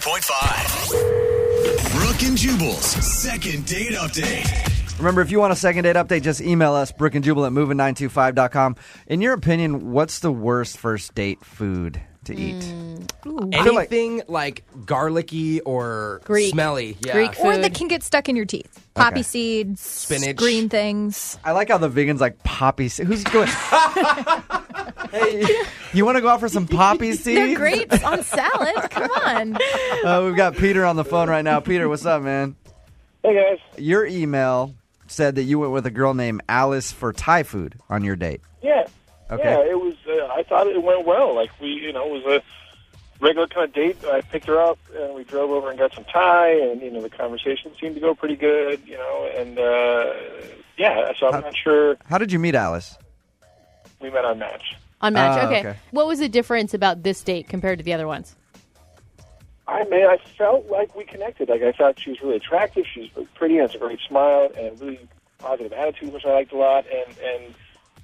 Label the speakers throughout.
Speaker 1: 101.5. Brooke and Jubal's second date update.
Speaker 2: Remember, if you want a second date update, just email us, Brook and Jubal at moving925.com. In your opinion, what's the worst first date food to eat? feel like-
Speaker 3: Anything like, garlicky or
Speaker 4: Greek.
Speaker 3: smelly. Yeah.
Speaker 4: Greek
Speaker 5: Or
Speaker 4: food.
Speaker 5: that can get stuck in your teeth. Poppy
Speaker 2: Okay.
Speaker 5: seeds,
Speaker 3: Spinach.
Speaker 5: green things.
Speaker 2: I like how the vegans like poppy seeds. Who's going? hey, you want to go out for some poppy seeds?
Speaker 5: They're grapes on salad. Come on.
Speaker 2: Uh, we've got Peter on the phone right now. Peter, what's up, man?
Speaker 6: Hey guys.
Speaker 2: Your email said that you went with a girl named Alice for Thai food on your date.
Speaker 6: Yeah.
Speaker 2: Okay.
Speaker 6: Yeah, it was. Uh, I thought it went well. Like we, you know, it was a regular kind of date. I picked her up and we drove over and got some Thai, and you know, the conversation seemed to go pretty good. You know, and uh, yeah. So I'm not sure
Speaker 2: How did you meet Alice?
Speaker 6: we met on match.
Speaker 4: on match.
Speaker 2: Ah,
Speaker 4: okay.
Speaker 2: okay.
Speaker 4: What was the difference about this date compared to the other ones?
Speaker 6: I mean, I felt like we connected. Like I thought she was really attractive. She's pretty, has a great smile, and a really positive attitude, which I liked a lot. And and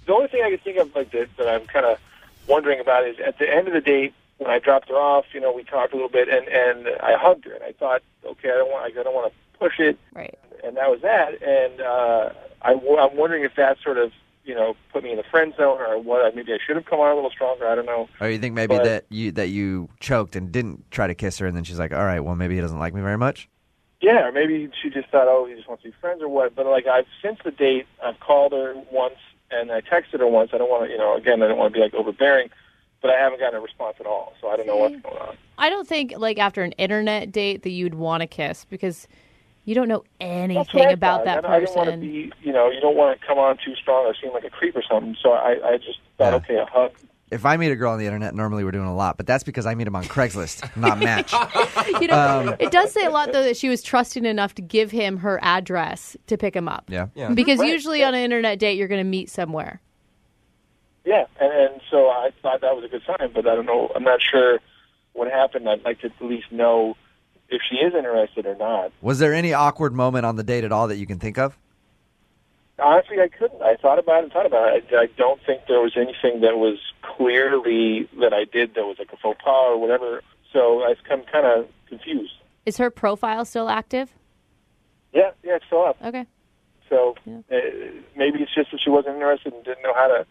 Speaker 6: the only thing I could think of like that that I'm kind of wondering about is at the end of the date when I dropped her off. You know, we talked a little bit, and and I hugged her, and I thought, okay, I don't want, I don't want to push it
Speaker 4: Right.
Speaker 6: and that was that. And uh, I, am wondering if that sort of you know put me in the friend zone, or what? Maybe I should have come on a little stronger. I don't know.
Speaker 2: Or you think maybe
Speaker 6: But-
Speaker 2: that you that you choked and didn't try to kiss her, and then she's like, "All right, well, maybe he doesn't like me very much."
Speaker 6: Yeah, or maybe she just thought, oh, he just wants to be friends or what. But like I've since the date, I've called her once and I texted her once. I don't want to, you know, again, I don't want to be like overbearing, but I haven't gotten a response at all. So I don't know what's going on.
Speaker 4: I don't think like after an internet date that you'd want to kiss because you don't know
Speaker 6: That's what
Speaker 4: anything
Speaker 6: I
Speaker 4: about
Speaker 6: thought.
Speaker 4: that
Speaker 6: I, I didn't want to
Speaker 4: person.
Speaker 6: be, you know, you don't want to come on too strong or seem like a creep or something. So I, I just thought,
Speaker 2: Yeah.
Speaker 6: okay, a hug.
Speaker 2: If I meet a girl on the internet, normally we're doing a lot, but that's because I meet them on Craigslist, not Match.
Speaker 4: you know,
Speaker 2: Um,
Speaker 4: it does say a lot though that she was trusting enough to give him her address to pick him up.
Speaker 2: Yeah.
Speaker 5: Mm-hmm.
Speaker 3: Yeah.
Speaker 4: Because usually on an internet date you're going to meet somewhere.
Speaker 6: Yeah, and, and so I thought that was a good sign, but I don't know. I'm not sure what happened. I'd like to at least know if she is interested or not.
Speaker 2: Was there any awkward moment on the date at all that you can think of?
Speaker 6: Honestly, I couldn't. I thought about it and thought about it. I, I don't think there was anything that was clearly that I did that was like a faux pas or whatever. So I- I'm kind of confused.
Speaker 4: Is her profile still active?
Speaker 6: Yeah, yeah, it's still up.
Speaker 4: Okay.
Speaker 6: So uh, maybe it's just that she wasn't interested and didn't know how to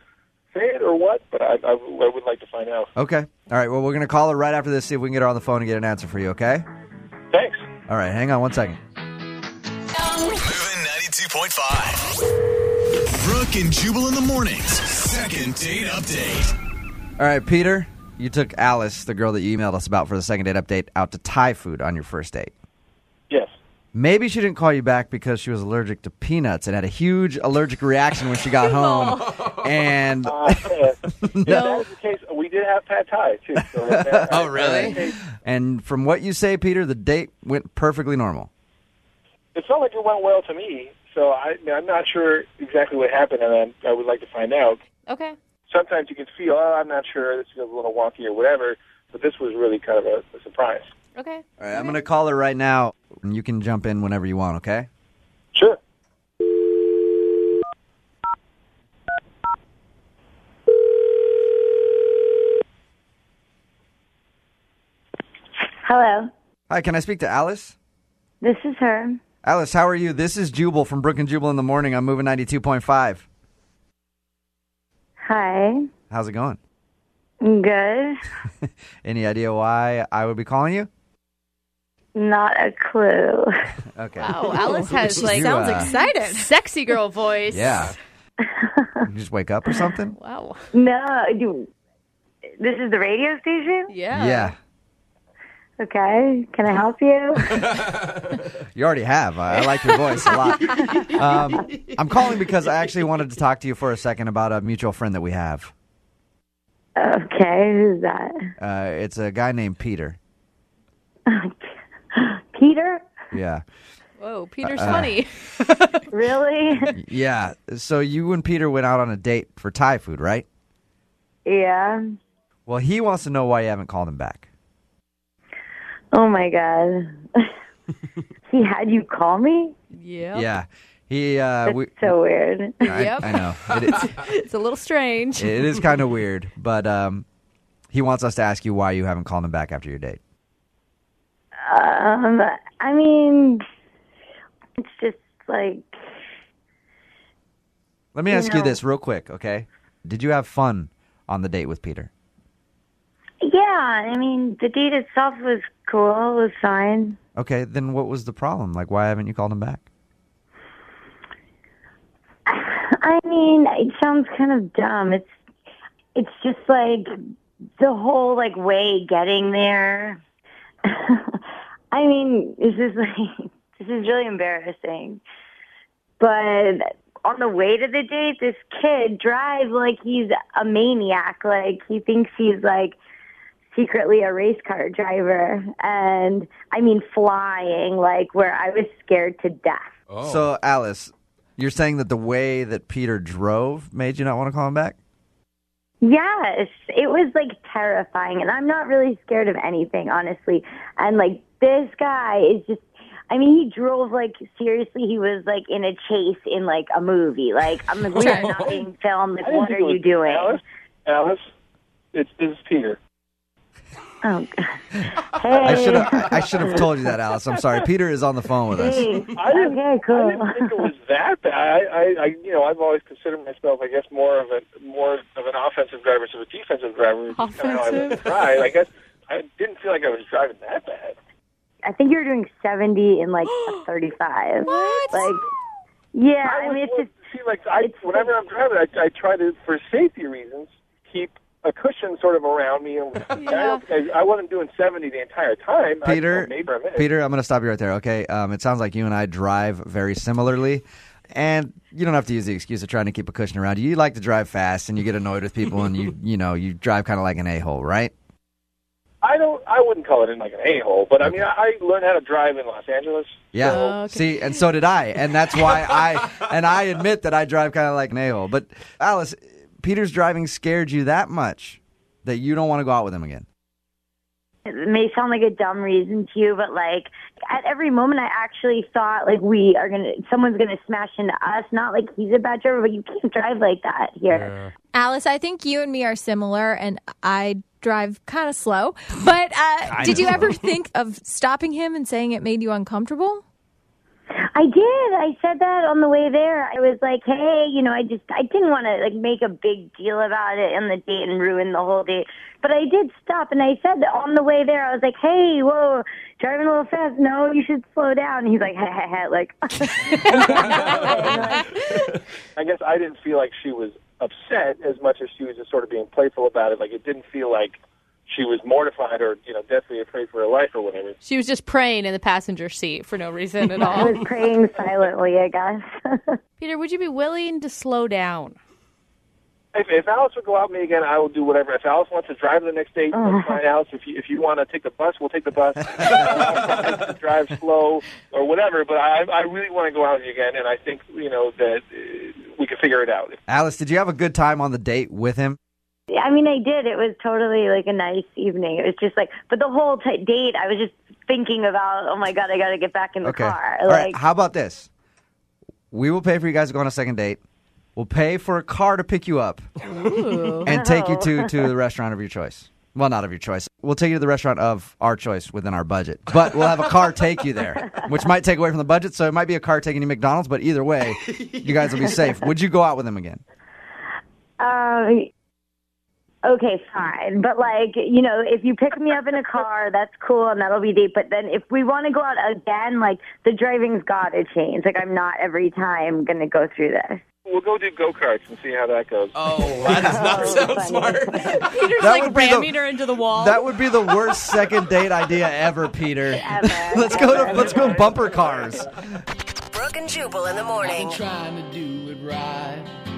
Speaker 6: say it or what, but I, I, w- I would like to find out.
Speaker 2: Okay. All right. Well, we're going to call her right after this, see if we can get her on the phone and get an answer for you, okay?
Speaker 6: Thanks.
Speaker 2: All right. Hang on one second.
Speaker 1: Moving 92.5. Brooke and Jubal in the mornings. Second date update.
Speaker 2: All right, Peter, you took Alice, the girl that you emailed us about for the second date update, out to Thai food on your first date.
Speaker 6: Yes.
Speaker 2: Maybe she didn't call you back because she was allergic to peanuts and had a huge allergic reaction when she got home. And
Speaker 6: Uh, if that was the case, we did have pad thai too. So
Speaker 3: Oh, really?
Speaker 2: and from what you say, Peter, the date went perfectly normal.
Speaker 6: it felt like it went well to me. So I, I'm not sure exactly what happened, and I, I would like to find out.
Speaker 4: Okay.
Speaker 6: Sometimes you can feel, oh, I'm not sure, this feels a little wonky or whatever. But this was really kind of a, a surprise.
Speaker 4: Okay.
Speaker 2: All right, I'm going to call her right now, and you can jump in whenever you want, okay?
Speaker 6: Sure.
Speaker 7: Hello,
Speaker 2: Hi, can I speak to Alice?
Speaker 7: this is her.
Speaker 2: Alice, how are you? This is Jubal from Brook and Jubal in the Morning. I'm moving 92.5.
Speaker 7: Hi,
Speaker 2: How's it going?
Speaker 7: good.
Speaker 2: Any idea why I would be calling you?
Speaker 7: Not a clue.
Speaker 2: Okay.
Speaker 4: Oh, Alice has like
Speaker 2: sounds
Speaker 4: sounds
Speaker 2: uh,
Speaker 4: excited. Sexy girl voice.
Speaker 2: Yeah. you just wake up or something?
Speaker 4: Wow.
Speaker 7: No, you, this is the radio station.
Speaker 4: Yeah.
Speaker 2: Yeah.
Speaker 7: Okay, can I help you?
Speaker 2: You already have. I, I like your voice a lot. Um, I'm calling because I actually wanted to talk to you for a second about a mutual friend that we have.
Speaker 7: okay, who's that?
Speaker 2: Uh, it's a guy named Peter.
Speaker 7: Peter?
Speaker 2: Yeah.
Speaker 4: Whoa,
Speaker 2: Uh,
Speaker 4: Peter's funny.
Speaker 7: Really?
Speaker 2: Yeah. So you and Peter went out on a date for Thai food, right?
Speaker 7: yeah.
Speaker 2: Well, he wants to know why you haven't called him back.
Speaker 7: Oh my god. he had you call me?
Speaker 4: Yeah.
Speaker 2: Yeah. He, uh,
Speaker 7: That's
Speaker 2: we,
Speaker 7: so weird.
Speaker 2: I,
Speaker 4: Yep.
Speaker 2: I know. It is,
Speaker 4: It's a little strange.
Speaker 2: it is kind of weird, but, um, he wants us to ask you why you haven't called him back after your date.
Speaker 7: Um, I mean, it's just like
Speaker 2: Let me ask you
Speaker 7: No.
Speaker 2: this real quick, okay? Did you have fun on the date with Peter?
Speaker 7: yeah. I mean, the date itself was cool. It was fine.
Speaker 2: Okay, then what was the problem? Like, why haven't you called him back?
Speaker 7: I mean, it sounds kind of dumb. It's it's just like the whole like way getting there. I mean, this is like this is really embarrassing. But on the way to the date, this kid drives like he's a maniac. Like he thinks he's like secretly a race car driver, and I mean flying like where I was scared to death.
Speaker 3: Oh.
Speaker 2: So, Alice, you're saying that the way that Peter drove made you not want to call him back?
Speaker 7: Yes, it was like terrifying, and I'm not really scared of anything, honestly. And like this guy is just. I mean, he drove like seriously. He was like in a chase in like a movie. Like I'm like, we are not being filmed. Like,
Speaker 6: I didn't
Speaker 7: what
Speaker 6: think
Speaker 7: are
Speaker 6: it was-
Speaker 7: you doing?
Speaker 6: Alice? Alice? It's, this is Peter.
Speaker 7: Oh, God.
Speaker 2: I
Speaker 7: hey,
Speaker 2: should have I should have told you that, Alice. I'm sorry. Peter is on the phone with us.
Speaker 7: hey.
Speaker 6: I didn't,
Speaker 7: Okay, cool.
Speaker 6: I didn't think it was that bad. I, I, I, you know, I've always considered myself, I guess, more of a more of an offensive driver, so a defensive driver. which is kinda how I
Speaker 4: Offensive?
Speaker 6: drive. I guess I didn't feel like I was driving that bad.
Speaker 7: I think you were doing 70 in like a 35.
Speaker 5: What?
Speaker 7: Like, yeah. I,
Speaker 6: I
Speaker 7: mean,
Speaker 6: always
Speaker 7: it's just
Speaker 6: see, like, I,
Speaker 7: it's-
Speaker 6: whenever I'm driving, I, I try to, for safety reasons, keep a cushion sort of around me. And I, don't, I, I wasn't doing 70 the entire time. I-
Speaker 2: Peter,
Speaker 6: maybe I missed.
Speaker 2: Peter, I'm going to stop you right there. Okay, um, it sounds like you and I drive very similarly, and you don't have to use the excuse of trying to keep a cushion around you. You like to drive fast, and you get annoyed with people, and you you know you drive kind of like an a hole, right?
Speaker 6: I don't. I wouldn't call it in like an a hole, but I mean, I, I learned how to drive in Los Angeles.
Speaker 2: Yeah.
Speaker 6: so-
Speaker 4: okay.
Speaker 2: See, and so did I, and that's why I and I admit that I drive kind of like an a hole. But Alice, Peter's driving scared you that much that you don't want to go out with him again.
Speaker 7: it may sound like a dumb reason to you, but like at every moment, I actually thought like we are gonna, someone's gonna smash into us. Not like he's a bad driver, but you can't drive like that here.
Speaker 5: Alice, I think you and me are similar, and I drive kind of slow. But uh, did you ever think of stopping him and saying it made you uncomfortable?
Speaker 7: I did. I said that on the way there. I was like, hey, you know, I just, I didn't want to like make a big deal about it on the date and ruin the whole date, but I did stop and I said that on the way there. I was like, hey, whoa, driving a little fast. No, you should slow down. And he's like, ha ha ha, like.
Speaker 6: I guess I didn't feel like she was upset as much as she was just sort of being playful about it. Like it didn't feel like she was mortified or you know deathly afraid for her life or whatever.
Speaker 4: She was just praying in the passenger seat for no reason at
Speaker 7: I
Speaker 4: all.
Speaker 7: was praying silently, I guess.
Speaker 4: Peter, would you be willing to slow down?
Speaker 6: If, if Alice would go out with me again, I will do whatever. If Alice wants to drive the next day, that's fine, Alice. If you, if you want to take the bus, we'll take the bus. Uh, drive slow or whatever. But I I really want to go out with you again, and I think you know that uh, we can figure it out.
Speaker 2: Alice, did you have a good time on the date with him?
Speaker 7: I mean, I did. It was totally like a nice evening. It was just like, but the whole t- date, I was just thinking about, oh my god, I got to get back in the
Speaker 2: Okay.
Speaker 7: car.
Speaker 2: All right.
Speaker 7: like,
Speaker 2: How about this? We will pay for you guys to go on a second date. We'll pay for a car to pick you up and take you to, to the restaurant of your choice. Well, not of your choice. We'll take you to the restaurant of our choice within our budget. But we'll have a car take you there, which might take away from the budget. So it might be a car taking you to McDonald's, but either way, you guys will be safe. Would you go out with him again?
Speaker 7: um, okay, fine. But like, you know, if you pick me up in a car, that's cool, and that'll be date. But then if we want to go out again, like the driving's got to change. Like, I'm not every time gonna go through this.
Speaker 6: We'll go do go karts and see how that goes.
Speaker 3: Oh, that does not sound smart.
Speaker 2: That
Speaker 4: Peter's like
Speaker 2: would be the-
Speaker 4: ramming her into the wall.
Speaker 2: That would be the worst second date idea ever, Peter.
Speaker 7: Ever.
Speaker 2: Let's go to let's go bumper cars.
Speaker 8: Brooke and Jubal in the morning.
Speaker 9: trying to do it right.